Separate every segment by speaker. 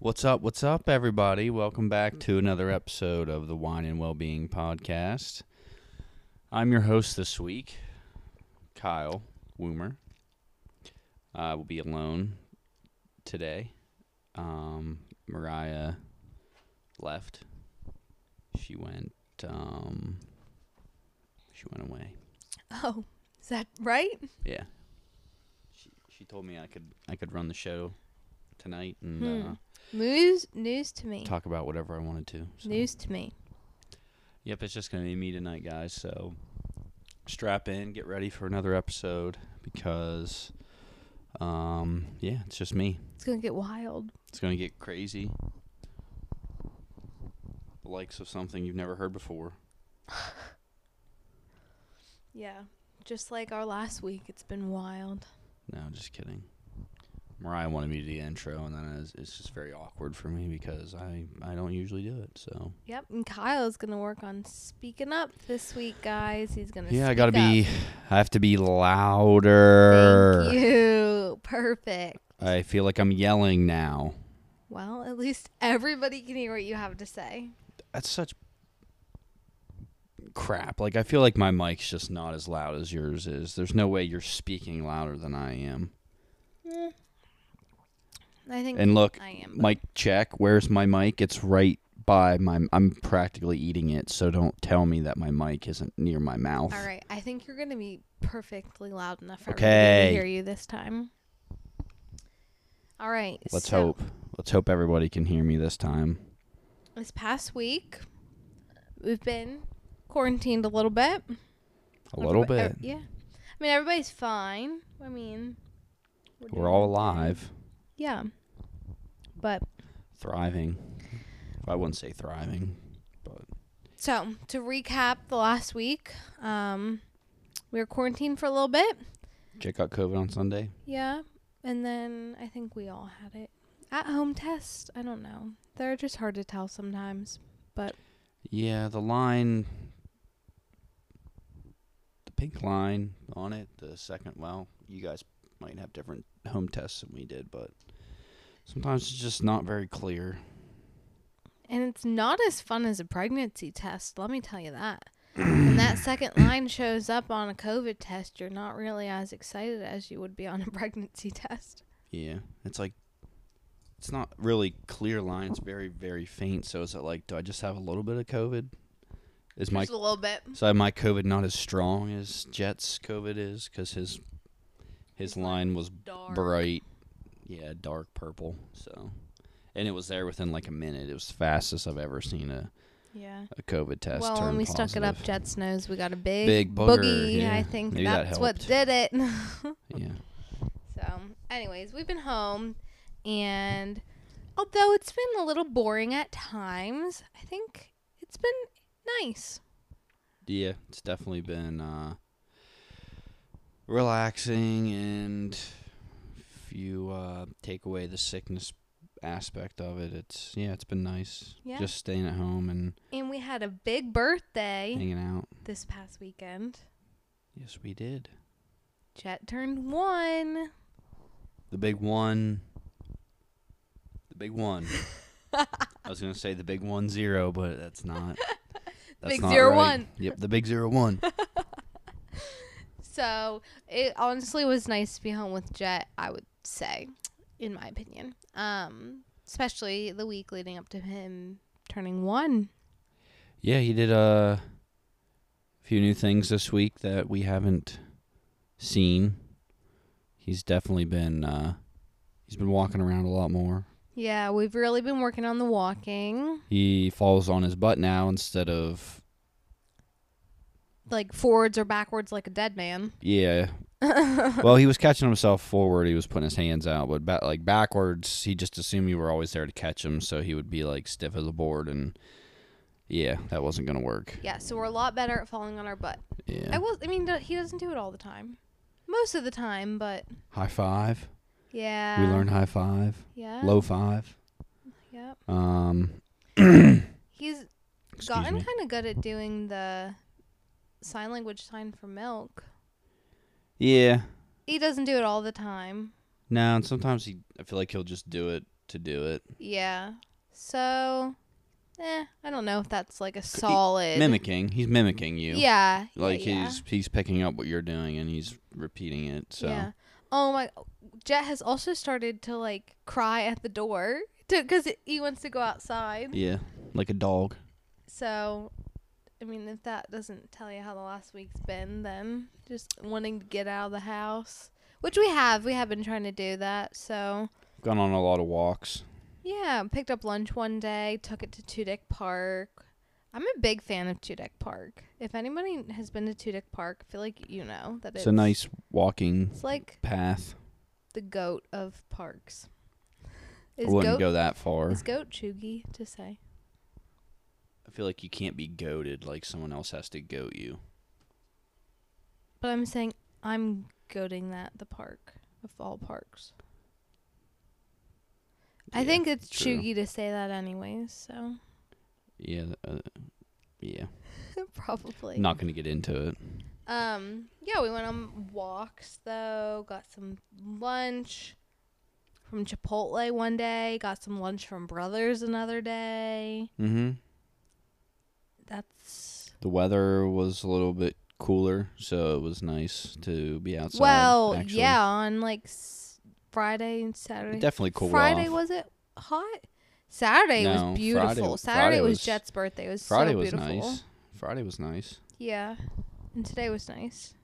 Speaker 1: What's up? What's up, everybody? Welcome back to another episode of the Wine and Wellbeing Podcast. I'm your host this week, Kyle Woomer. I will be alone today. Um, Mariah left. She went. Um, she went away.
Speaker 2: Oh, is that right?
Speaker 1: Yeah. She she told me I could I could run the show tonight and
Speaker 2: Hmm.
Speaker 1: uh,
Speaker 2: News, news to me.
Speaker 1: talk about whatever I wanted to. so.
Speaker 2: News to me.
Speaker 1: Yep, it's just gonna be me tonight, guys. So strap in, get ready for another episode because, um, yeah, it's just me.
Speaker 2: It's gonna get wild.
Speaker 1: It's gonna get crazy. The likes of something you've never heard before.
Speaker 2: Yeah, just like our last week, it's been wild.
Speaker 1: No, just kidding. Mariah wanted me to do the intro, and then it was, it's just very awkward for me because I I don't usually do it. So
Speaker 2: Yep, and Kyle's gonna work on speaking up this week, guys. He's gonna.
Speaker 1: yeah, I
Speaker 2: speak
Speaker 1: gotta
Speaker 2: up.
Speaker 1: be. I have to be louder.
Speaker 2: Thank you. Perfect.
Speaker 1: I feel like I'm yelling now.
Speaker 2: Well, at least everybody can hear what you have to say.
Speaker 1: that's such crap. Like I feel like my mic's just not as loud as yours is. There's no way you're speaking louder than I am.
Speaker 2: I think.
Speaker 1: Eh. And look,
Speaker 2: I am.
Speaker 1: mic check. Where's my mic? It's right by my I'm practically eating it, so don't tell me that my mic isn't near my mouth.
Speaker 2: All right, I think you're gonna be perfectly loud enough for
Speaker 1: Okay.
Speaker 2: everybody to hear you this time. All right.
Speaker 1: Let's
Speaker 2: so-
Speaker 1: hope. Let's hope everybody can hear me this time.
Speaker 2: this past week we've been quarantined a little bit
Speaker 1: A little
Speaker 2: Everybo-
Speaker 1: bit.
Speaker 2: ev- yeah i mean everybody's fine i mean doing
Speaker 1: We're all
Speaker 2: okay.
Speaker 1: alive,
Speaker 2: yeah but
Speaker 1: thriving. I wouldn't say thriving, but
Speaker 2: so to recap the last week um we were quarantined for a little bit
Speaker 1: Jake got COVID on Sunday.
Speaker 2: yeah and then i think we all had it at home test i don't know they're just hard to tell sometimes
Speaker 1: Yeah, the line, the pink line on it, the second, well, you guys might have different home tests than we did, but sometimes it's just not very clear.
Speaker 2: And it's not as fun as a pregnancy test, let me tell you that. when that second line shows up on a COVID test, you're not really as excited as you would be on a pregnancy test.
Speaker 1: Yeah, it's like, it's not really clear line. It's very, very faint. So is it like, do I just have a little bit of COVID? Is my
Speaker 2: Just a little bit.
Speaker 1: so my COVID not as strong as Jet's COVID is because his his
Speaker 2: His line
Speaker 1: line was
Speaker 2: Dark.
Speaker 1: bright, yeah, dark purple. So, and it was there within like a minute. It was the fastest I've ever seen a,
Speaker 2: Yeah.
Speaker 1: a COVID test.
Speaker 2: well,
Speaker 1: turn
Speaker 2: when we stuck it up
Speaker 1: positive.
Speaker 2: Jet's nose, we got a big,
Speaker 1: Big booger,
Speaker 2: boogie.
Speaker 1: yeah.
Speaker 2: I think
Speaker 1: Maybe that
Speaker 2: that's what
Speaker 1: helped.
Speaker 2: did it.
Speaker 1: Yeah,
Speaker 2: so, anyways, we've been home, and although it's been a little boring at times, I think it's been nice.
Speaker 1: yeah, it's definitely been uh, relaxing, and if you uh, take away the sickness aspect of it, it's yeah, it's been nice.
Speaker 2: Yeah.
Speaker 1: just staying at home and
Speaker 2: And we had a big birthday
Speaker 1: hanging out.
Speaker 2: this past weekend.
Speaker 1: Yes, we did.
Speaker 2: Jet turned one.
Speaker 1: The big one. The big one. I was gonna say the big one zero, but that's not. That's
Speaker 2: big
Speaker 1: not
Speaker 2: zero
Speaker 1: right.
Speaker 2: one.
Speaker 1: Yep, the big zero one.
Speaker 2: So it honestly was nice to be home with Jet, I would say, in my opinion. Um, especially the week leading up to him turning one.
Speaker 1: yeah, he did uh, a few new things this week that we haven't seen. He's definitely been uh, he's been walking around a lot more.
Speaker 2: Yeah, we've really been working on the walking,
Speaker 1: He falls on his butt now instead of
Speaker 2: like forwards or backwards, like a dead man.
Speaker 1: yeah. well, he was catching himself forward. He was putting his hands out, but ba- like backwards, he just assumed you were always there to catch him, so he would be like stiff as a board, and yeah, that wasn't gonna work.
Speaker 2: Yeah, so we're a lot better at falling on our butt. I
Speaker 1: Yeah.
Speaker 2: was, I mean, do- he doesn't do it all the time. Most of the time, but
Speaker 1: High five.
Speaker 2: yeah.
Speaker 1: we learned high five,
Speaker 2: Yeah.
Speaker 1: low five.
Speaker 2: Yep.
Speaker 1: Um,
Speaker 2: He's
Speaker 1: excuse
Speaker 2: gotten
Speaker 1: me.
Speaker 2: kind of good at doing the sign language sign for milk.
Speaker 1: Yeah.
Speaker 2: He doesn't do it all the time.
Speaker 1: No, and sometimes he. I feel like he'll just do it to do it.
Speaker 2: Yeah. So, eh, I don't know if that's like a solid
Speaker 1: Mimicking. He's mimicking you.
Speaker 2: Yeah. yeah,
Speaker 1: Like
Speaker 2: yeah,
Speaker 1: he's he's picking up what you're doing and he's repeating it. So
Speaker 2: Yeah. Oh my. Jet has also started to like cry at the door because he wants to go outside.
Speaker 1: Yeah, like a dog.
Speaker 2: So, I mean, if that doesn't tell you how the last week's been, then just wanting to get out of the house, which we have, we have been trying to do that. So,
Speaker 1: Gone on a lot of walks.
Speaker 2: yeah, picked up lunch one day, took it to Tudick Park. I'm a big fan of Tudick Park. If anybody has been to Tudick Park, I feel like you know that
Speaker 1: It's a nice walking
Speaker 2: It's like
Speaker 1: path.
Speaker 2: the goat of parks.
Speaker 1: I
Speaker 2: Is
Speaker 1: wouldn't
Speaker 2: goat
Speaker 1: go that far.
Speaker 2: is goat chuggy to say?
Speaker 1: I feel like you can't be goaded like someone else has to goat you.
Speaker 2: But I'm saying I'm goading that the park of all parks. I
Speaker 1: Yeah,
Speaker 2: think it's
Speaker 1: true.
Speaker 2: chuggy to say that anyways, so
Speaker 1: Yeah, uh, yeah.
Speaker 2: probably.
Speaker 1: Not gonna get into it.
Speaker 2: Um yeah, we went on walks though, got some lunch from Chipotle one day, got some lunch from Brothers another day.
Speaker 1: Mm-hmm.
Speaker 2: That's
Speaker 1: The weather was a little bit cooler, so it was nice to be outside.
Speaker 2: well,
Speaker 1: actually.
Speaker 2: yeah, on like s- Friday and Saturday.
Speaker 1: It definitely cooled
Speaker 2: Friday
Speaker 1: off.
Speaker 2: was it hot? Saturday
Speaker 1: No,
Speaker 2: was beautiful.
Speaker 1: Friday-
Speaker 2: Saturday
Speaker 1: Friday
Speaker 2: was,
Speaker 1: was-
Speaker 2: Jet's birthday. It was
Speaker 1: Friday
Speaker 2: so
Speaker 1: was
Speaker 2: beautiful.
Speaker 1: nice. Friday was nice.
Speaker 2: Yeah, and today was nice.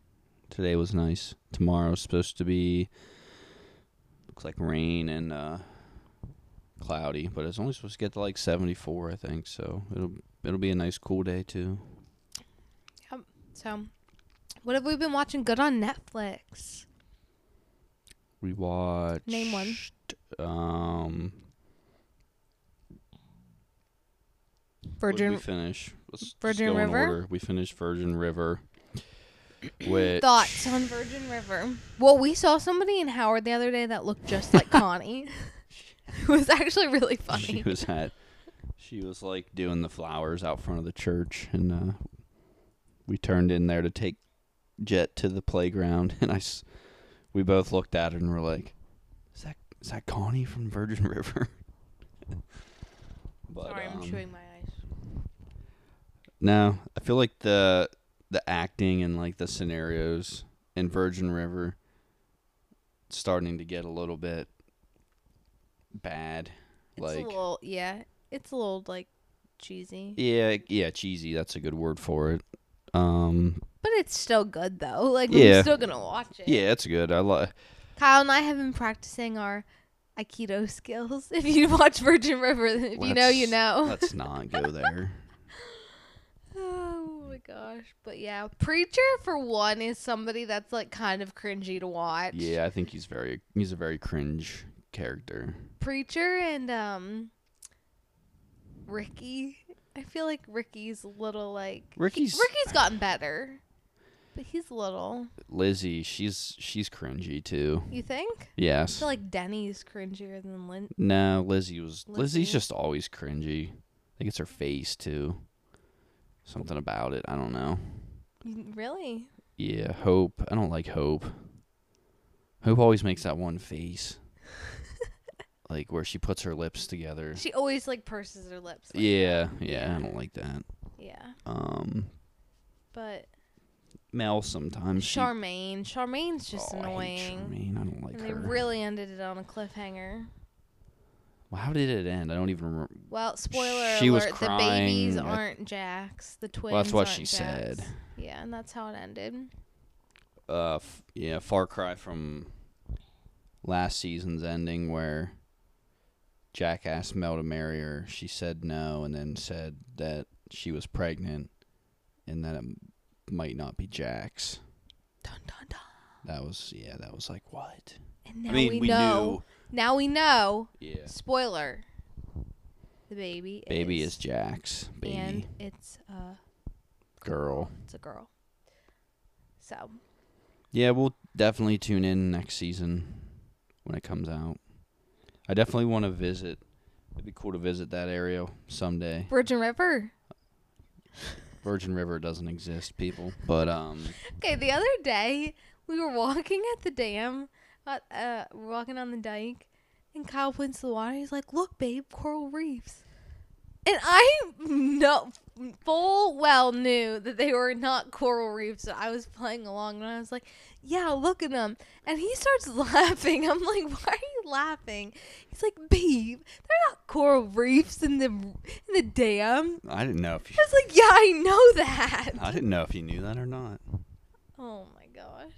Speaker 1: Today was nice. Tomorrow's supposed to be looks like rain and uh, cloudy, but it's only supposed to get to like 74, I think. So it'll it'll be a nice cool day too.
Speaker 2: So, what have we been watching good on Netflix?
Speaker 1: We watched
Speaker 2: Name one.
Speaker 1: Um, what did
Speaker 2: Virgin.
Speaker 1: we finish? Let's just
Speaker 2: Virgin
Speaker 1: go in
Speaker 2: River?
Speaker 1: order. We finished Virgin River. Which
Speaker 2: Thoughts on Virgin River? Well, we saw somebody in Howard the other day that looked just like Connie. it was actually really
Speaker 1: She
Speaker 2: funny.
Speaker 1: was at. She was like doing the flowers out front of the church, and uh, we turned in there to take Jet to the playground, and I, s- we both looked at her and were like, "Is that is that Connie from Virgin River?" but,
Speaker 2: Sorry, I'm
Speaker 1: um,
Speaker 2: chewing my ice.
Speaker 1: No, I feel like the the acting and like the scenarios in Virgin River starting to get a little bit bad.
Speaker 2: It's
Speaker 1: like
Speaker 2: a little, yeah, it's a little like cheesy,
Speaker 1: Yeah, yeah, cheesy. That's a good word for it. Um,
Speaker 2: but it's still good though. Like
Speaker 1: Yeah.
Speaker 2: I'm still gonna watch it.
Speaker 1: yeah, that's good. I like.
Speaker 2: Kyle and I have been practicing our Aikido skills. If you watch Virgin River, then if you know, you know.
Speaker 1: Let's not go there.
Speaker 2: Oh my gosh. But yeah, Preacher, for one, is somebody that's like kind of cringy to watch.
Speaker 1: yeah, I think he's very he's a very cringe character.
Speaker 2: Preacher and, um, Ricky. I feel like Ricky's a little like.
Speaker 1: Ricky's-
Speaker 2: Ricky's gotten better. But he's little.
Speaker 1: Lizzie, she's she's cringy too.
Speaker 2: You think? I
Speaker 1: Yes.
Speaker 2: feel like Denny's cringier than Lynn.
Speaker 1: no, Lizzie was Lizzie's
Speaker 2: Lizzie?
Speaker 1: just always cringy. I think it's her face too. Something about it. I don't know.
Speaker 2: Really?
Speaker 1: Yeah, Hope. I don't like Hope. Hope always makes that one face. like where she puts her lips together.
Speaker 2: She always like purses her lips. like-
Speaker 1: yeah, yeah, I don't like that.
Speaker 2: Yeah.
Speaker 1: Um
Speaker 2: But
Speaker 1: Mel sometimes she-
Speaker 2: Charmaine. Charmaine's just
Speaker 1: Oh, I hate
Speaker 2: annoying.
Speaker 1: Charmaine. I don't like
Speaker 2: and they
Speaker 1: her.
Speaker 2: really ended it on a cliffhanger.
Speaker 1: well, how did it end? I don't even remember.
Speaker 2: Well, spoiler
Speaker 1: She was
Speaker 2: alert, the babies
Speaker 1: crying at-
Speaker 2: aren't Jack's. The twins
Speaker 1: that's what
Speaker 2: aren't
Speaker 1: she
Speaker 2: Jack's.
Speaker 1: said.
Speaker 2: Yeah, and that's how it ended.
Speaker 1: Uh f- yeah, Far Cry from last season's ending where Jack asked Mel to marry her. She said no and then said that she was pregnant and that it m- might not be Jack's.
Speaker 2: Dun dun dun.
Speaker 1: That was yeah. That was like what?
Speaker 2: And now we, know. Now we know.
Speaker 1: knew. Yeah.
Speaker 2: Spoiler. The baby
Speaker 1: Baby
Speaker 2: is,
Speaker 1: is Jack's baby
Speaker 2: and it's uh
Speaker 1: girl.
Speaker 2: it's a girl. So
Speaker 1: Yeah, we'll definitely tune in next season when it comes out. I definitely want to visit. It'd be cool to visit that area someday.
Speaker 2: Virgin River.
Speaker 1: Virgin River doesn't exist, people. But um,
Speaker 2: Okay, the other day we were walking at the dam, uh, uh, walking on the dike, And Kyle points to the water. He's like, "Look, babe, coral reefs." And I know full well knew that they were not coral reefs. So I was playing along, and I was like, "Yeah, look at them." And he starts laughing. I'm like, "Why are you laughing?" He's like, "Babe, they're not coral reefs in the in the dam."
Speaker 1: I didn't know if you,
Speaker 2: I was like, "Yeah, I know that."
Speaker 1: I didn't know if you knew that or not.
Speaker 2: Oh my gosh.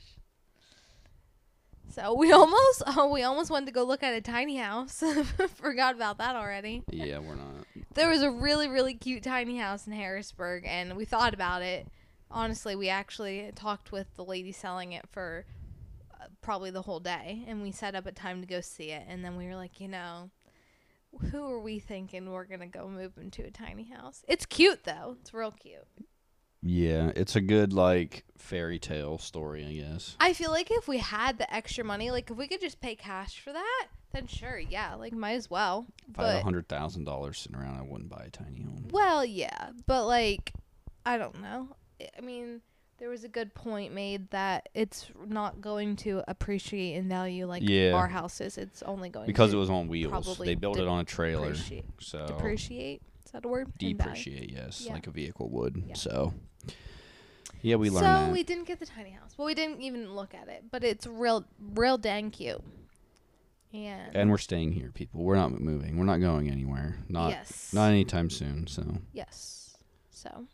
Speaker 2: So we almost oh we almost wanted to go look at a tiny house. Forgot about that already.
Speaker 1: Yeah, we're not.
Speaker 2: There was a really really cute tiny house in Harrisburg and we thought about it. Honestly, we actually talked with the lady selling it for uh, probably the whole day and we set up a time to go see it and then we were like, you know, who are we thinking we're going to go move into a tiny house? It's cute though. It's real cute.
Speaker 1: Yeah, it's a good like fairy tale story, I guess.
Speaker 2: I feel like if we had the extra money, like if we could just pay cash for that, then sure, yeah, like might as well.
Speaker 1: If I had a
Speaker 2: But
Speaker 1: hundred thousand dollars sitting around, I wouldn't buy a tiny home.
Speaker 2: well, yeah, but like I don't know. I- I mean, there was a good point made that it's not going to appreciate in value like
Speaker 1: Yeah.
Speaker 2: our houses. It's only going
Speaker 1: Because it
Speaker 2: to
Speaker 1: was on wheels.
Speaker 2: probably
Speaker 1: They built it on a trailer.
Speaker 2: depreciate.
Speaker 1: So
Speaker 2: depreciate. Is that a word? In value.
Speaker 1: depreciate, yes,
Speaker 2: Yeah.
Speaker 1: like a vehicle would.
Speaker 2: Yeah.
Speaker 1: So Yeah, we learned
Speaker 2: so
Speaker 1: that.
Speaker 2: we didn't get the tiny house. Well, we didn't even look at it, but it's real, real dang cute. And,
Speaker 1: and we're staying here, people. We're not moving. We're not going anywhere. Not
Speaker 2: yes,
Speaker 1: not anytime soon, so
Speaker 2: Yes. So,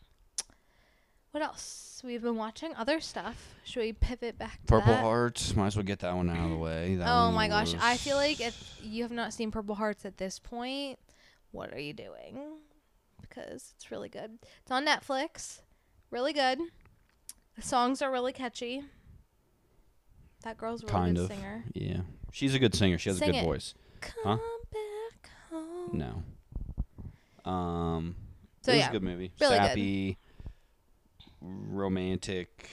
Speaker 2: what else? We've been watching other stuff. Should we pivot back to
Speaker 1: Purple
Speaker 2: that?
Speaker 1: Hearts, might as well get that one out of the way. That
Speaker 2: Oh
Speaker 1: one
Speaker 2: my gosh, I feel like
Speaker 1: was-
Speaker 2: if you have not seen Purple Hearts at this point, what are you doing? Because it's really good. It's on Netflix. Really good. The songs are really catchy. That girl's a really
Speaker 1: Kind
Speaker 2: good
Speaker 1: of.
Speaker 2: singer.
Speaker 1: Yeah. She's a good singer. She has
Speaker 2: Sing
Speaker 1: a good
Speaker 2: it.
Speaker 1: voice.
Speaker 2: Come back home.
Speaker 1: No. Um
Speaker 2: So
Speaker 1: it was
Speaker 2: yeah,
Speaker 1: a good movie.
Speaker 2: really good.
Speaker 1: Sappy, romantic.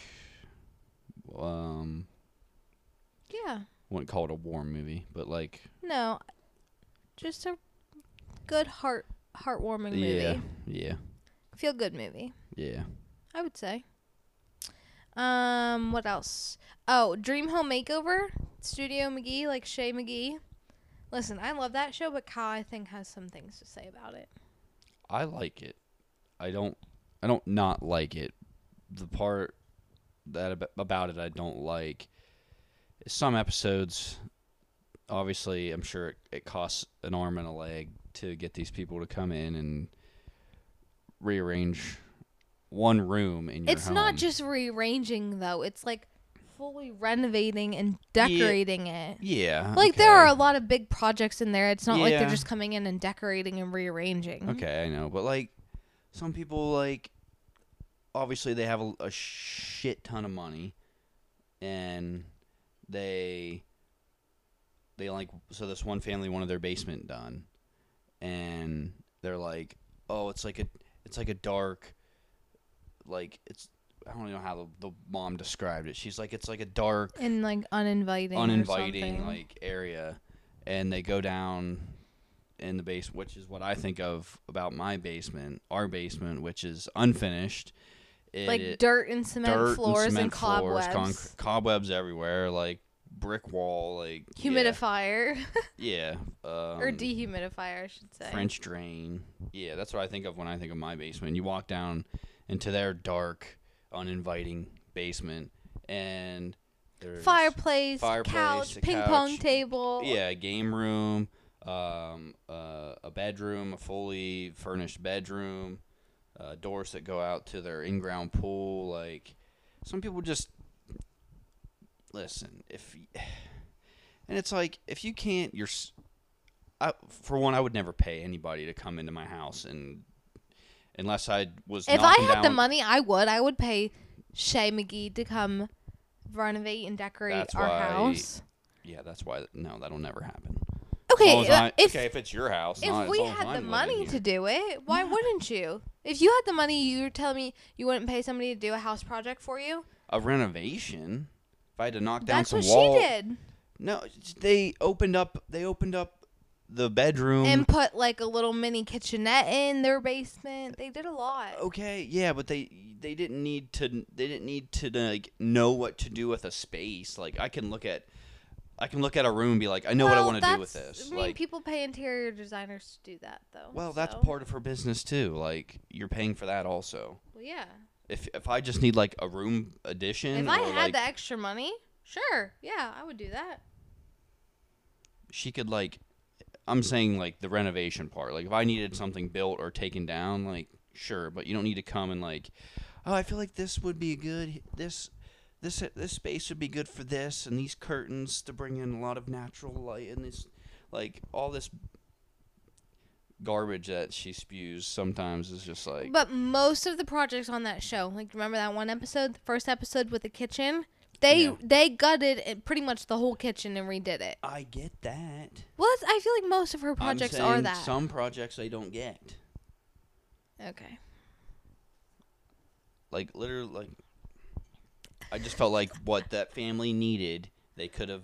Speaker 1: Um,
Speaker 2: Yeah.
Speaker 1: wouldn't call it a warm movie, but like
Speaker 2: No. Just a good heart heartwarming movie.
Speaker 1: yeah, yeah,
Speaker 2: Feel good movie.
Speaker 1: yeah.
Speaker 2: I would say. Um, what else? Oh, Dream Home Makeover, Studio McGee, like Shay McGee. Listen, I love that show, but Kyle I think has some things to say about it.
Speaker 1: I like it. I don't. I don't not like it. The part that ab- about it I don't like. is Some episodes, obviously, I'm sure it, it costs an arm and a leg to get these people to come in and rearrange one room in your
Speaker 2: it's
Speaker 1: home.
Speaker 2: not just rearranging though; it's like fully renovating and decorating it.
Speaker 1: yeah.
Speaker 2: Like there are
Speaker 1: Uh, okay.
Speaker 2: a lot of big projects in there. It's not like they're
Speaker 1: Yeah.
Speaker 2: just coming in and decorating and rearranging.
Speaker 1: Okay, I know, but like some people like obviously they have a, a shit ton of money and they they like so this one family wanted their basement done and they're like, "Oh, it's like a it's like a dark like it's I don't know how the, the mom described it. She's like it's like a dark
Speaker 2: And like uninviting. or
Speaker 1: uninviting
Speaker 2: something.
Speaker 1: like area and they go down in the base which is what i think of about my basement our basement which is unfinished it,
Speaker 2: like
Speaker 1: it-
Speaker 2: dirt and cement
Speaker 1: dirt
Speaker 2: floors and,
Speaker 1: cement floors,
Speaker 2: cobwebs,
Speaker 1: conc- cobwebs everywhere like brick wall like yeah,
Speaker 2: humidifier
Speaker 1: yeah, um,
Speaker 2: or dehumidifier, I should say.
Speaker 1: french drain yeah that's what i think of when i think of my basement you walk down into their dark uninviting basement and there's
Speaker 2: fireplace,
Speaker 1: Fireplace,
Speaker 2: couch,
Speaker 1: a
Speaker 2: ping pong
Speaker 1: couch.
Speaker 2: table.
Speaker 1: Yeah, a game room, um, uh, a bedroom, a fully furnished bedroom, uh, doors that go out to their in-ground pool. Like some people just listen. If y- and it's like if you can't, you're. s- I, for one, I would never pay anybody to come into my house and unless I was.
Speaker 2: If I
Speaker 1: knocking
Speaker 2: had the
Speaker 1: down-
Speaker 2: money, I would. I would pay Shay McGee to come renovate and decorate
Speaker 1: That's
Speaker 2: our
Speaker 1: why-
Speaker 2: house.
Speaker 1: yeah, that's why. No, that'll never happen. As long
Speaker 2: Okay,
Speaker 1: as
Speaker 2: uh,
Speaker 1: I-
Speaker 2: if
Speaker 1: okay, if it's your house, not-
Speaker 2: if
Speaker 1: as
Speaker 2: we
Speaker 1: long as I'm
Speaker 2: had the
Speaker 1: living
Speaker 2: money
Speaker 1: here.
Speaker 2: to do it, why wouldn't you? If you had the money, you're telling me you wouldn't pay somebody to do a house project for you.
Speaker 1: a renovation. If I had to knock down
Speaker 2: That's
Speaker 1: some
Speaker 2: what
Speaker 1: wall,
Speaker 2: she did,
Speaker 1: no, they opened up. They opened up the bedroom.
Speaker 2: and put like a little mini kitchenette in their basement. They did a lot.
Speaker 1: okay, yeah, but they they didn't need to. They didn't need to like know what to do with a space. Like I can look at I can look at a room and be like, I know what I
Speaker 2: Well,
Speaker 1: want to do with
Speaker 2: that's-
Speaker 1: this.
Speaker 2: I mean,
Speaker 1: like,
Speaker 2: people pay interior designers to do that, though.
Speaker 1: well, that's
Speaker 2: so-
Speaker 1: part of her business too. Like, you're paying for that also.
Speaker 2: Well, yeah.
Speaker 1: If if I just need like a room addition,
Speaker 2: If I
Speaker 1: or,
Speaker 2: had
Speaker 1: like,
Speaker 2: the extra money, sure, yeah, I would do that.
Speaker 1: she could like, I'm saying like the renovation part. Like, if I needed something built or taken down, like, sure, but you don't need to come and like, oh, I feel like this would be good. This. This, this space would be good for this and these curtains to bring in a lot of natural light and this like all this garbage that she spews sometimes is just like
Speaker 2: But most of the projects on that show, like remember that one episode, the first episode with the kitchen, they
Speaker 1: Yeah.
Speaker 2: they gutted it, pretty much the whole kitchen and redid it.
Speaker 1: I get that.
Speaker 2: Well, that's, I feel like most of her
Speaker 1: I'm
Speaker 2: projects are
Speaker 1: saying
Speaker 2: that.
Speaker 1: Some projects I don't get.
Speaker 2: okay.
Speaker 1: Like literally, like I just felt like what that family needed, they could have,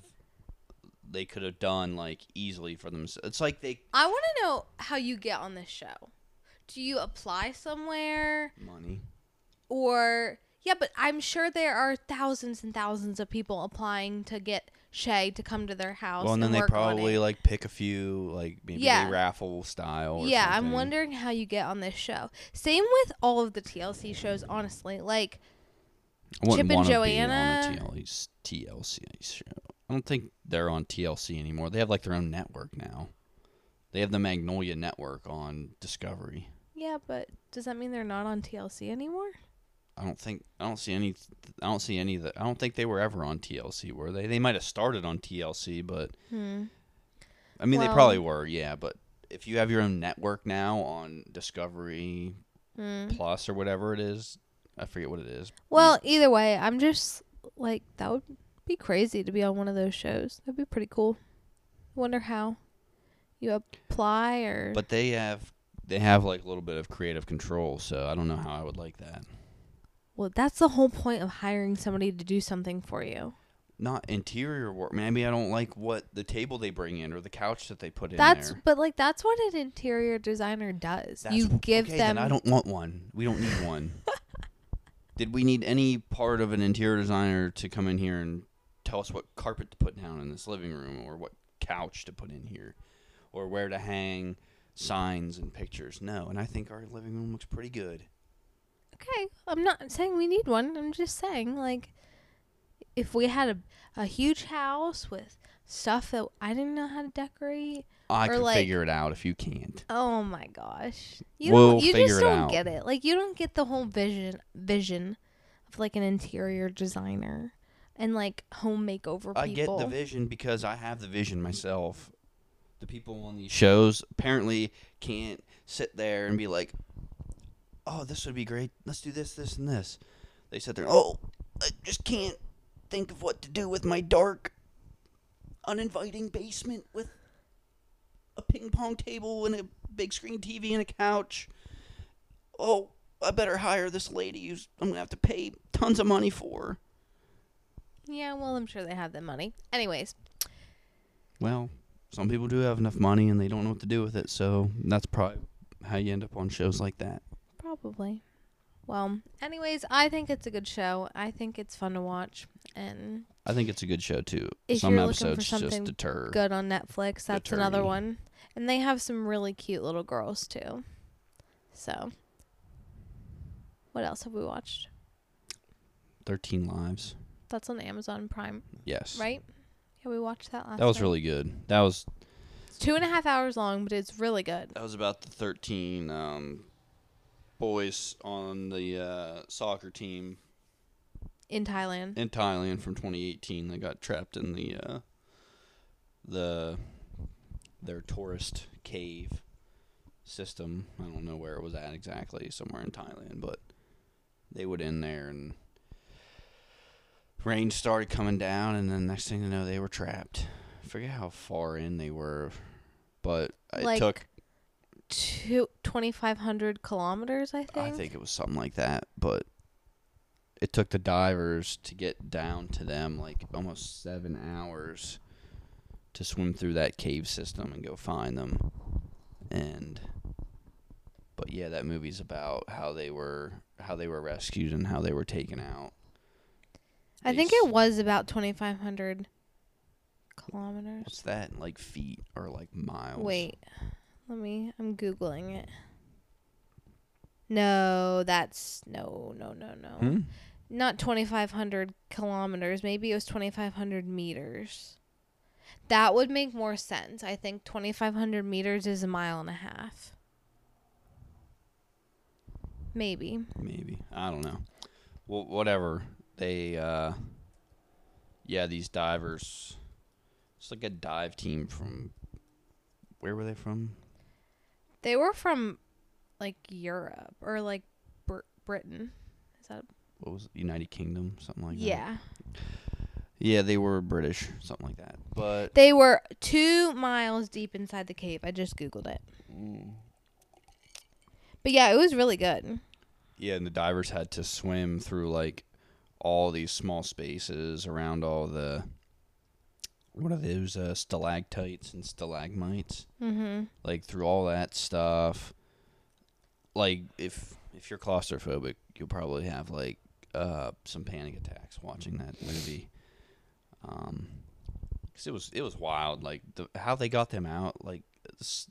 Speaker 1: they could have done like easily for themselves. It's like they
Speaker 2: I want to know how you get on this show. Do you apply somewhere
Speaker 1: money.
Speaker 2: or yeah, but I'm sure there are thousands and thousands of people applying to get Shay to come to their house.
Speaker 1: Well, and then they
Speaker 2: work on it.
Speaker 1: probably like pick a few, like maybe
Speaker 2: Yeah.
Speaker 1: they raffle style. Or
Speaker 2: yeah i'm
Speaker 1: something.
Speaker 2: wondering how you get on this show same with all of the tlc shows honestly like
Speaker 1: I wouldn't
Speaker 2: Chip and
Speaker 1: wanna be on a
Speaker 2: Joanna.
Speaker 1: TLC TLC show. I don't think they're on TLC anymore. They have like their own network now. They have the Magnolia Network on Discovery.
Speaker 2: yeah but does that mean they're not on tlc anymore
Speaker 1: I don't think I don't see any. I don't see any that. I don't think they were ever on TLC, were they? They might have started on TLC, but
Speaker 2: hmm
Speaker 1: I mean they
Speaker 2: Well-
Speaker 1: probably were, yeah. But if you have your own network now on Discovery
Speaker 2: Hmm.
Speaker 1: Plus or whatever it is, I forget what it is.
Speaker 2: well either way i'm just like that would be crazy to be on one of those shows that'd be pretty cool wonder how you apply or
Speaker 1: But they have they have like a little bit of creative control, so I don't know how I would like that.
Speaker 2: well that's the whole point of hiring somebody to do something for you
Speaker 1: Not interior work. Maybe I don't like what the table they bring in or the couch that they put
Speaker 2: that's
Speaker 1: in there.
Speaker 2: but like that's what an interior designer does
Speaker 1: That's
Speaker 2: you give
Speaker 1: okay,
Speaker 2: them
Speaker 1: Then I don't want one. We don't need one. Did we need any part of an interior designer to come in here and tell us what carpet to put down in this living room, or what couch to put in here, or where to hang signs and pictures? No, and I think our living room looks pretty good.
Speaker 2: Okay, I'm not saying we need one. I'm just saying, like, if we had a, a huge house with stuff that I didn't know how to decorate.
Speaker 1: I
Speaker 2: Or,
Speaker 1: can
Speaker 2: like-
Speaker 1: figure it out if you can't.
Speaker 2: Oh my gosh, you
Speaker 1: We'll
Speaker 2: don't, you
Speaker 1: figure
Speaker 2: just
Speaker 1: it
Speaker 2: don't
Speaker 1: out.
Speaker 2: get it. Like, you don't get the whole vision vision of like an interior designer and like home makeover people.
Speaker 1: I get the vision because I have the vision myself. The people on these shows apparently can't sit there and be like, "Oh, this would be great. Let's do this, this, and this." They sit there, "Oh, I just can't think of what to do with my dark, uninviting basement with a ping pong table and a big screen TV and a couch." Oh, I better hire this lady who's I'm gonna have to pay tons of money for.
Speaker 2: yeah, well, I'm sure they have the money. Anyways,
Speaker 1: Well, some people do have enough money and they don't know what to do with it, so that's probably how you end up on shows like that.
Speaker 2: probably. Well, anyways, I think it's a good show. I think it's fun to watch and.
Speaker 1: I think it's a good show too.
Speaker 2: If
Speaker 1: some
Speaker 2: you're looking for
Speaker 1: episodes just
Speaker 2: something
Speaker 1: deter.
Speaker 2: good on Netflix. That's another
Speaker 1: Attorney.
Speaker 2: one. And they have some really cute little girls too. So what else have we watched?
Speaker 1: Thirteen Lives.
Speaker 2: That's on Amazon Prime,
Speaker 1: Yes.
Speaker 2: right? Yeah, we watched that last
Speaker 1: That was
Speaker 2: night.
Speaker 1: really good. That was
Speaker 2: It's two and a half hours long, but it's really good.
Speaker 1: that was about the thirteen um, boys on the uh, soccer team
Speaker 2: In Thailand.
Speaker 1: in Thailand from 2018 that got trapped in the uh, the their tourist cave system. I don't know where it was at exactly, somewhere in Thailand, but they would in there and rain started coming down, and then next thing you know, they were trapped. I forget how far in they were, but it
Speaker 2: Like,
Speaker 1: took.
Speaker 2: Two twenty five hundred kilometers, I think.
Speaker 1: I think it was something like that, but it took the divers to get down to them like almost seven hours to swim through that cave system and go find them. And but yeah, that movie's about how they were how they were rescued and how they were taken out.
Speaker 2: I think
Speaker 1: Nice.
Speaker 2: it was about twenty five hundred Kilometers.
Speaker 1: What's that? in, Like feet or like miles?
Speaker 2: Wait. Let me. I'm Googling it. No, that's. No, no, no, no.
Speaker 1: Hmm?
Speaker 2: Not 2,500 kilometers. Maybe it was 2,500 meters. That would make more sense. I think 2,500 meters is a mile and a half. Maybe.
Speaker 1: Maybe I don't know. Well, whatever they. uh Yeah, these divers. It's like a dive team from. Where were they from?
Speaker 2: They were from like Europe or like Br- Britain. Is that
Speaker 1: What was it? United Kingdom? Something like that.
Speaker 2: yeah?
Speaker 1: Yeah, they were British, something like that. But
Speaker 2: They were two miles deep inside the cave. I just googled it. But yeah, it was really good.
Speaker 1: yeah, and the divers had to swim through like all these small spaces around all the what are those uh, stalactites and stalagmites?
Speaker 2: Mm-hmm.
Speaker 1: Like through all that stuff. Like if if you're claustrophobic, you'll probably have like uh, some panic attacks watching that movie. Um, 'cause it was it was wild. Like the, how they got them out, like it's,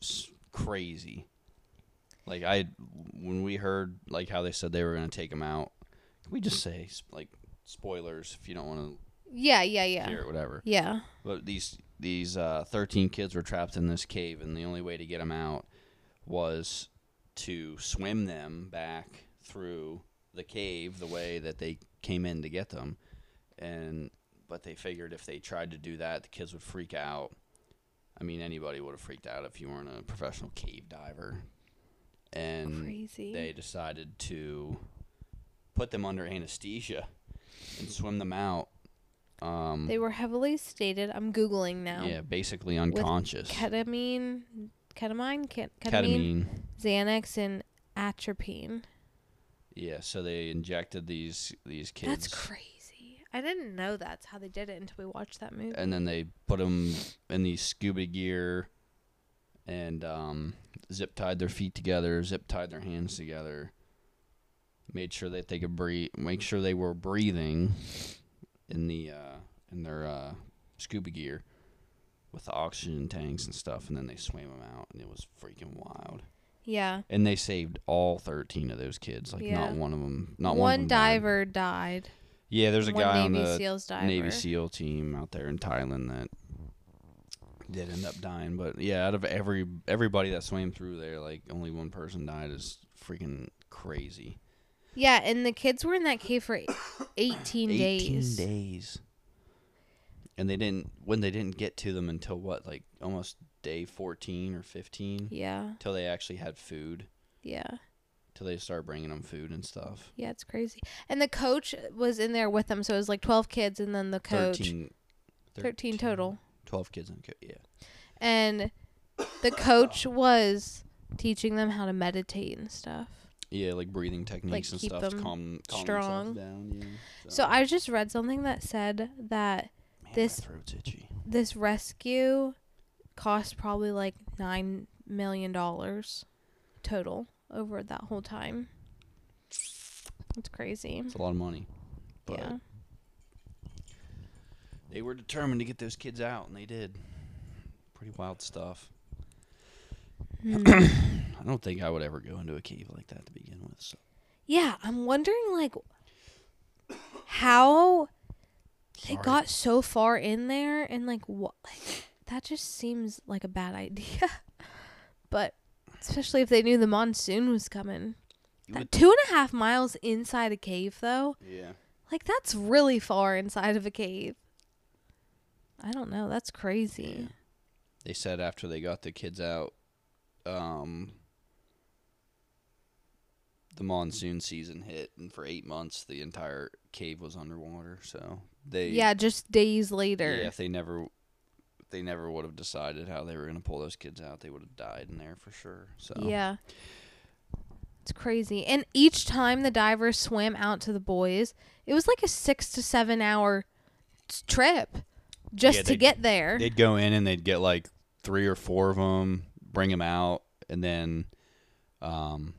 Speaker 1: it's crazy. Like I, when we heard like how they said they were gonna take them out, can we just say sp- like spoilers if you don't want
Speaker 2: Yeah, yeah,
Speaker 1: to
Speaker 2: yeah,
Speaker 1: hear it, whatever.
Speaker 2: yeah.
Speaker 1: But these these uh, thirteen kids were trapped in this cave, and the only way to get them out was to swim them back through the cave the way that they came in to get them. And but they figured if they tried to do that, the kids would freak out. I mean, anybody would have freaked out if you weren't a professional cave diver. And
Speaker 2: Crazy.
Speaker 1: they decided to put them under anesthesia and swim them out. Um,
Speaker 2: They were heavily sedated. I'm googling now.
Speaker 1: yeah, basically unconscious.
Speaker 2: Ketamine, ketamine, Ke-
Speaker 1: Ketamine.
Speaker 2: ketamine, Xanax, and atropine.
Speaker 1: Yeah, so they injected these these kids.
Speaker 2: That's crazy. I didn't know that's how they did it until we watched that movie.
Speaker 1: And then they put them in these scuba gear and um, zip tied their feet together, zip tied their hands together, made sure that they could breathe, make sure they were breathing in the uh, in their uh, scuba gear with the oxygen tanks and stuff, and then they swam them out, and it was freaking wild.
Speaker 2: yeah.
Speaker 1: And they saved all thirteen of those kids. Like
Speaker 2: Yeah.
Speaker 1: not one of them, not one, of
Speaker 2: one
Speaker 1: 'em died.
Speaker 2: diver died.
Speaker 1: Yeah, there's a
Speaker 2: one
Speaker 1: guy on
Speaker 2: Navy
Speaker 1: the
Speaker 2: SEALs diver.
Speaker 1: Navy SEAL team out there in Thailand that did end up dying. But yeah, out of every everybody that swam through there, like only one person died is freaking crazy.
Speaker 2: Yeah, and the kids were in that cave for 18 days.
Speaker 1: days. And they didn't when they didn't get to them until what, like almost day fourteen or fifteen,
Speaker 2: Yeah,
Speaker 1: till they actually had food,
Speaker 2: yeah,
Speaker 1: till they started bringing them food and stuff.
Speaker 2: yeah. It's crazy. And the coach was in there with them, so it was like 12 kids, and then the coach, 13,
Speaker 1: 13, 13
Speaker 2: total.
Speaker 1: Twelve kids in a co- yeah.
Speaker 2: And the coach was teaching them how to meditate and stuff.
Speaker 1: Yeah, like breathing techniques and
Speaker 2: keep
Speaker 1: stuff to
Speaker 2: them
Speaker 1: calm, calm
Speaker 2: strong.
Speaker 1: themselves down. Yeah.
Speaker 2: So I just read something that said that
Speaker 1: Man,
Speaker 2: this-
Speaker 1: my throat's itchy.
Speaker 2: this rescue cost probably like nine million dollars total over that whole time. It's crazy.
Speaker 1: It's a lot of money, but
Speaker 2: yeah.
Speaker 1: they were determined to get those kids out, and they did. Pretty wild stuff.
Speaker 2: Hmm.
Speaker 1: I don't think I would ever go into a cave like that to begin with. So.
Speaker 2: Yeah, I'm wondering like how they
Speaker 1: Sorry.
Speaker 2: got so far in there and like what like that just seems like a bad idea. but especially if they knew the monsoon was coming.
Speaker 1: You
Speaker 2: That
Speaker 1: would-
Speaker 2: two and a half miles inside a cave though,
Speaker 1: yeah.
Speaker 2: like that's really far inside of a cave. I don't know, that's crazy.
Speaker 1: Yeah. They said after they got the kids out, um, the monsoon season hit, and for eight months the entire cave was underwater. So they
Speaker 2: Yeah, just days later.
Speaker 1: Yeah, if they never if they never would have decided how they were going to pull those kids out, they would have died in there for sure. So
Speaker 2: Yeah. It's crazy. And each time the divers swam out to the boys, it was like a six to seven hour s- trip just
Speaker 1: Yeah,
Speaker 2: to
Speaker 1: they-
Speaker 2: get there.
Speaker 1: they'd go in and they'd get like three or four of them, bring them out, and then um,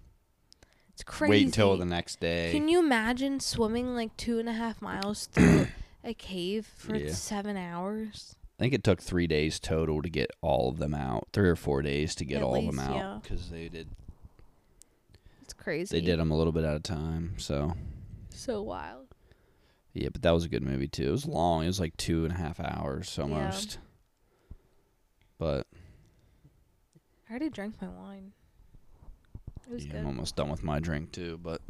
Speaker 2: it's crazy.
Speaker 1: wait until the next day.
Speaker 2: Can you imagine swimming like two and a half miles through a cave for
Speaker 1: Yeah.
Speaker 2: seven hours.
Speaker 1: I think it took three days total to get all of them out. Three or four days to get
Speaker 2: At
Speaker 1: all of
Speaker 2: least,
Speaker 1: them
Speaker 2: yeah.
Speaker 1: out because they did.
Speaker 2: It's crazy.
Speaker 1: They did them a little bit at a time. So
Speaker 2: So wild.
Speaker 1: yeah, but that was a good movie too. It was long. It was like two and a half hours almost. But
Speaker 2: I already drank my wine. It was
Speaker 1: yeah,
Speaker 2: good.
Speaker 1: I'm almost done with my drink too. But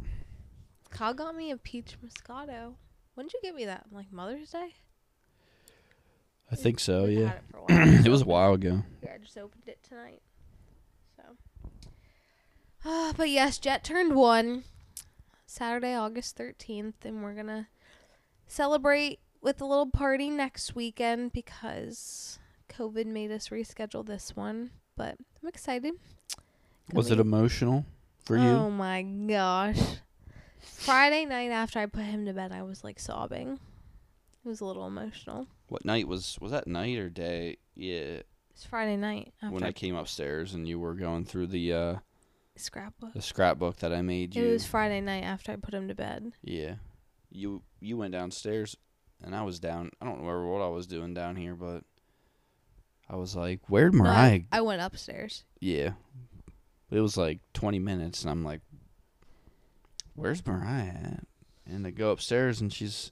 Speaker 2: Kyle got me a peach Moscato. When did you get me that? Like Mother's Day?
Speaker 1: I think so.
Speaker 2: We've
Speaker 1: Oh, Yeah,
Speaker 2: had it for a while. I just
Speaker 1: it was a
Speaker 2: opened-
Speaker 1: while ago.
Speaker 2: Yeah, I just opened it tonight. So. Uh, but yes, Jet turned one Saturday, August 13th, and we're going to celebrate with a little party next weekend because COVID made us reschedule this one. But I'm excited.
Speaker 1: Was it
Speaker 2: Gonna
Speaker 1: emotional for
Speaker 2: Oh
Speaker 1: you?
Speaker 2: my gosh. Friday night after I put him to bed, I was like sobbing. It was a little emotional.
Speaker 1: What night was was that night or day? Yeah,
Speaker 2: It's Friday night after
Speaker 1: when I came upstairs and you were going through the uh
Speaker 2: scrapbook.
Speaker 1: the scrapbook that I made you.
Speaker 2: It was Friday night after I put him to bed.
Speaker 1: Yeah. You you went downstairs and I was down I don't remember what I was doing down here, but I was like, Where'd
Speaker 2: No,
Speaker 1: Mariah
Speaker 2: I, I went upstairs.
Speaker 1: Yeah. It was like twenty minutes and I'm like Where's Mariah at? And I go upstairs and she's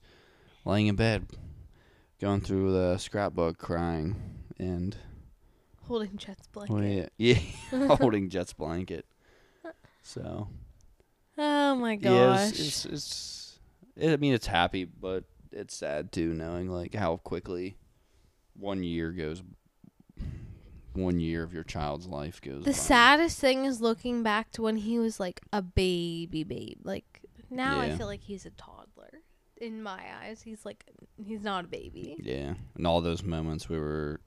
Speaker 1: laying in bed going through the scrapbook crying and
Speaker 2: Holding Chet's blanket.
Speaker 1: well, yeah, yeah holding Jet's blanket. So
Speaker 2: Oh my gosh.
Speaker 1: yeah, it's, it's, it's it, I mean, it's happy, but it's sad too, knowing like how quickly one year goes, one year of your child's life goes.
Speaker 2: the
Speaker 1: by.
Speaker 2: saddest thing is looking back to when he was like a baby babe. Like now I
Speaker 1: Yeah.
Speaker 2: feel like he's a toddler. In my eyes, he's like he's not a baby.
Speaker 1: Yeah, and all those moments we were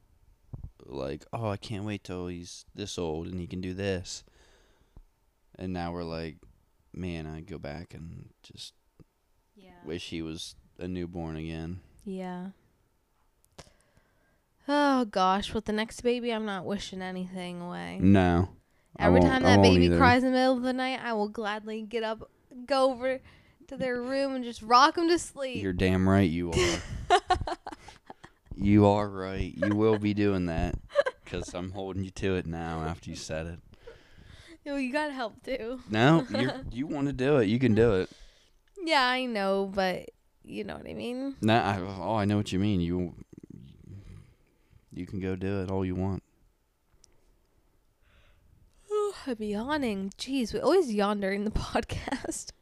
Speaker 1: like, "Oh, I can't wait till he's this old and he can do this," and now we're like, "Man, I go back and just
Speaker 2: Yeah.
Speaker 1: wish he was a newborn again."
Speaker 2: Yeah. Oh gosh, with the next baby, I'm not wishing anything away.
Speaker 1: No, I
Speaker 2: Every
Speaker 1: won't-
Speaker 2: time
Speaker 1: I
Speaker 2: that
Speaker 1: won't
Speaker 2: baby
Speaker 1: either.
Speaker 2: cries in the middle of the night, I will gladly get up, go over to their room, and just rock them to sleep.
Speaker 1: You're damn right you are. you are right. You will be doing that because I'm holding you to it now after you said it.
Speaker 2: Yo, you gotta help too.
Speaker 1: No, you you want to do it. You can do it.
Speaker 2: Yeah, I know, but you know what I mean.
Speaker 1: No, I, oh, I know what you mean. You you can go do it all you want.
Speaker 2: I'd be yawning. Jeez, we always yawn during the podcast.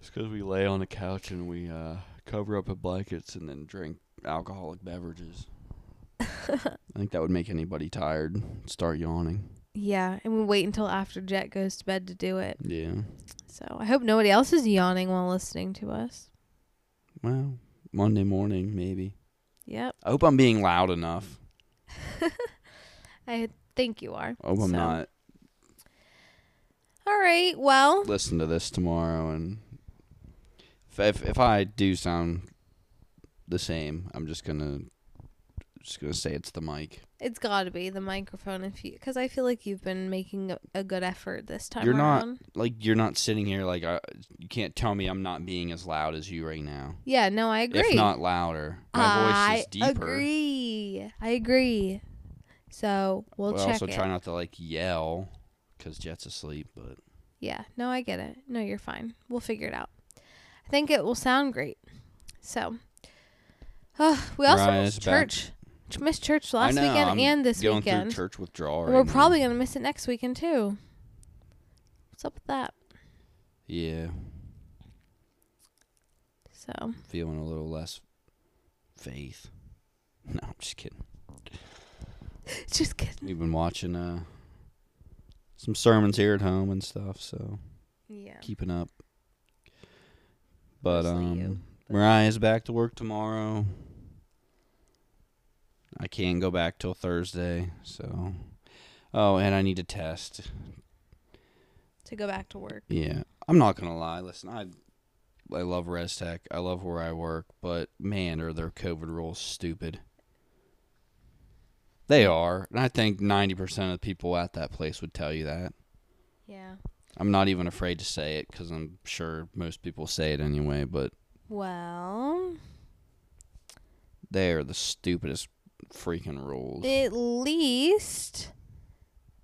Speaker 1: It's because we lay on the couch and we uh, cover up with blankets and then drink alcoholic beverages. I think that would make anybody tired. and Start yawning.
Speaker 2: Yeah, and we wait until after Jet goes to bed to do it.
Speaker 1: Yeah.
Speaker 2: So I hope nobody else is yawning while listening to us.
Speaker 1: Well, Monday morning maybe.
Speaker 2: Yep,
Speaker 1: I hope I'm being loud enough.
Speaker 2: I think you are.
Speaker 1: I hope I'm
Speaker 2: So-
Speaker 1: not.
Speaker 2: All right. Well,
Speaker 1: Listen to this tomorrow, and if, if if I do sound the same, I'm just gonna just gonna say it's the mic.
Speaker 2: it's got to be the microphone if you cuz I feel like you've been making a, a good effort this time
Speaker 1: You're not-
Speaker 2: around.
Speaker 1: Like you're not sitting here like I, you can't tell me I'm not being as loud as you right now.
Speaker 2: Yeah, no, I agree.
Speaker 1: If not louder, my
Speaker 2: I
Speaker 1: voice is deeper.
Speaker 2: agree. I agree. So, we'll
Speaker 1: but I
Speaker 2: check
Speaker 1: also
Speaker 2: it.
Speaker 1: try not to like yell because Jet's asleep. But
Speaker 2: Yeah, no, I get it. No, you're fine. We'll figure it out. I think it will sound great. So, Ugh, we also
Speaker 1: Mariah's
Speaker 2: missed
Speaker 1: back.
Speaker 2: church. Ch- Missed church
Speaker 1: I
Speaker 2: last
Speaker 1: know,
Speaker 2: weekend
Speaker 1: I'm
Speaker 2: and this
Speaker 1: going through
Speaker 2: weekend.
Speaker 1: church withdrawal.
Speaker 2: And
Speaker 1: right
Speaker 2: we're
Speaker 1: now.
Speaker 2: probably going to miss it next weekend, too. What's up with that?
Speaker 1: yeah
Speaker 2: So,
Speaker 1: feeling a little less faith. No, I'm just kidding.
Speaker 2: just kidding.
Speaker 1: We've been watching uh some sermons here at home and stuff, so
Speaker 2: Yeah.
Speaker 1: keeping up. But
Speaker 2: Mostly
Speaker 1: um
Speaker 2: you, but-
Speaker 1: Mariah's back to work tomorrow. I can't go back till Thursday, so Oh, and I need to test.
Speaker 2: To go back to work.
Speaker 1: Yeah. I'm not gonna lie, listen, I I love ResTech. I love where I work, but man, are their COVID rules stupid. They are, and I think ninety percent of the people at that place would tell you that.
Speaker 2: Yeah.
Speaker 1: I'm not even afraid to say it because I'm sure most people say it anyway. But
Speaker 2: Well,
Speaker 1: They are the stupidest freaking rules.
Speaker 2: At least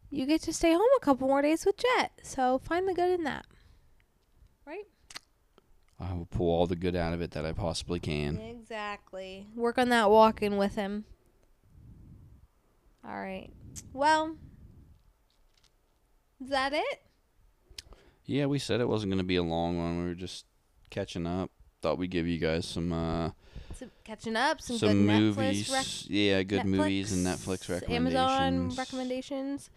Speaker 2: you get to stay home a couple more days with Jet. So find the good in that. Right?
Speaker 1: I will pull all the good out of it that I possibly can.
Speaker 2: Exactly. Work on that walking with him. All right. Well, is that it?
Speaker 1: Yeah, we said it wasn't going to be a long one. We were just catching up. Thought we'd give you guys some uh
Speaker 2: Some catching up, some,
Speaker 1: some,
Speaker 2: good
Speaker 1: movies.
Speaker 2: Netflix rec-
Speaker 1: yeah, good movies and Netflix
Speaker 2: Netflix,
Speaker 1: recommendations.
Speaker 2: Amazon recommendations.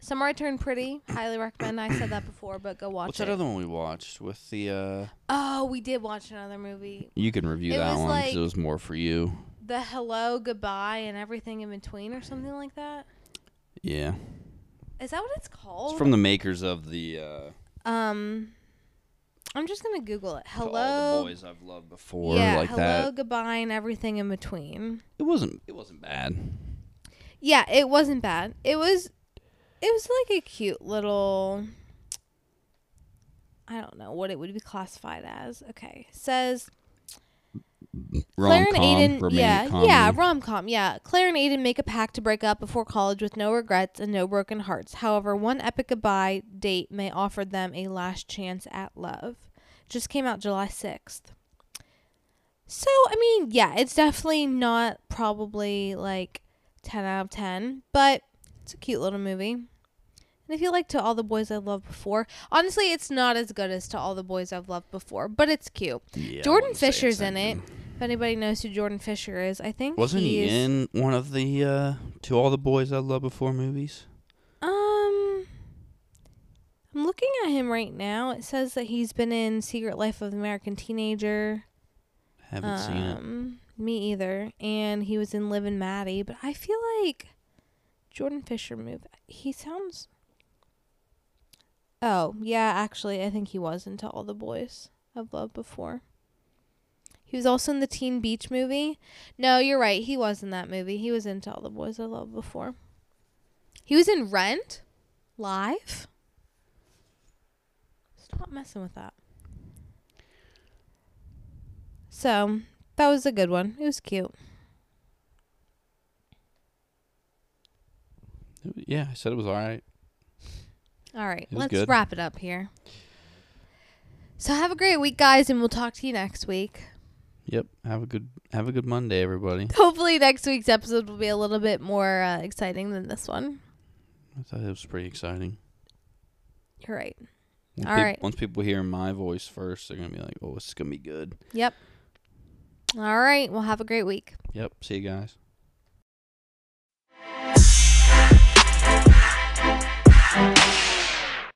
Speaker 2: Summer I Turned Pretty, highly recommend. I said that before, but go watch
Speaker 1: What's
Speaker 2: it.
Speaker 1: that other one we watched with the uh
Speaker 2: oh, we did watch another movie,
Speaker 1: you can review
Speaker 2: It
Speaker 1: that
Speaker 2: was
Speaker 1: one cuz it
Speaker 2: like-
Speaker 1: was more for you.
Speaker 2: The Hello, Goodbye, and Everything in Between, or something like that.
Speaker 1: Yeah.
Speaker 2: Is that what it's called?
Speaker 1: It's from the makers of the uh
Speaker 2: um, I'm just gonna Google it.
Speaker 1: To
Speaker 2: Hello,
Speaker 1: all the boys I've loved before
Speaker 2: yeah,
Speaker 1: like
Speaker 2: Hello,
Speaker 1: that.
Speaker 2: Goodbye, and Everything in Between.
Speaker 1: It wasn't it wasn't bad.
Speaker 2: Yeah, it wasn't bad. It was, it was like a cute little. I don't know what it would be classified as. Okay, says
Speaker 1: Rom
Speaker 2: Claire and
Speaker 1: com,
Speaker 2: Aiden,
Speaker 1: romantic
Speaker 2: yeah,
Speaker 1: comedy.
Speaker 2: yeah, rom com, yeah. Claire and Aiden make a pact to break up before college with no regrets and no broken hearts. However, one epic goodbye date may offer them a last chance at love. Just came out July sixth. So I mean, yeah, it's definitely not probably like ten out of ten, but it's a cute little movie. And if you like To All the Boys I've Loved Before, honestly, it's not as good as To All the Boys I've Loved Before, but it's cute.
Speaker 1: Yeah, I
Speaker 2: Jordan
Speaker 1: wouldn't say it's
Speaker 2: Fisher's in
Speaker 1: anything.
Speaker 2: it. If anybody knows who Jordan Fisher is, I think
Speaker 1: Wasn't
Speaker 2: he's,
Speaker 1: he in one of the uh, "To All the Boys I Love Before" movies?
Speaker 2: Um, I'm looking at him right now. It says that he's been in Secret Life of the American Teenager.
Speaker 1: Haven't seen it.
Speaker 2: um, me either. And he was in Live and Maddie, but I feel like Jordan Fisher movie. He sounds. Oh yeah, actually, I think he was into all the boys I've loved before. He was also in the Teen Beach movie. No, you're right. He was in that movie. He was into all the boys I loved before. He was in Rent, Live. Stop messing with that. So that was a good one. It was cute.
Speaker 1: Yeah, I said it was all right.
Speaker 2: All right,
Speaker 1: It was
Speaker 2: let's
Speaker 1: good.
Speaker 2: wrap it up here. So have a great week, guys, and we'll talk to you next week.
Speaker 1: Yep. Have a good Have a good Monday, everybody.
Speaker 2: Hopefully, next week's episode will be a little bit more uh, exciting than this one.
Speaker 1: I thought it was pretty exciting.
Speaker 2: You're right.
Speaker 1: When
Speaker 2: All
Speaker 1: peop-
Speaker 2: right.
Speaker 1: Once people hear my voice first, they're gonna be like, "Oh, this is gonna be good."
Speaker 2: Yep. All right. Well, have a great week.
Speaker 1: Yep. See you guys.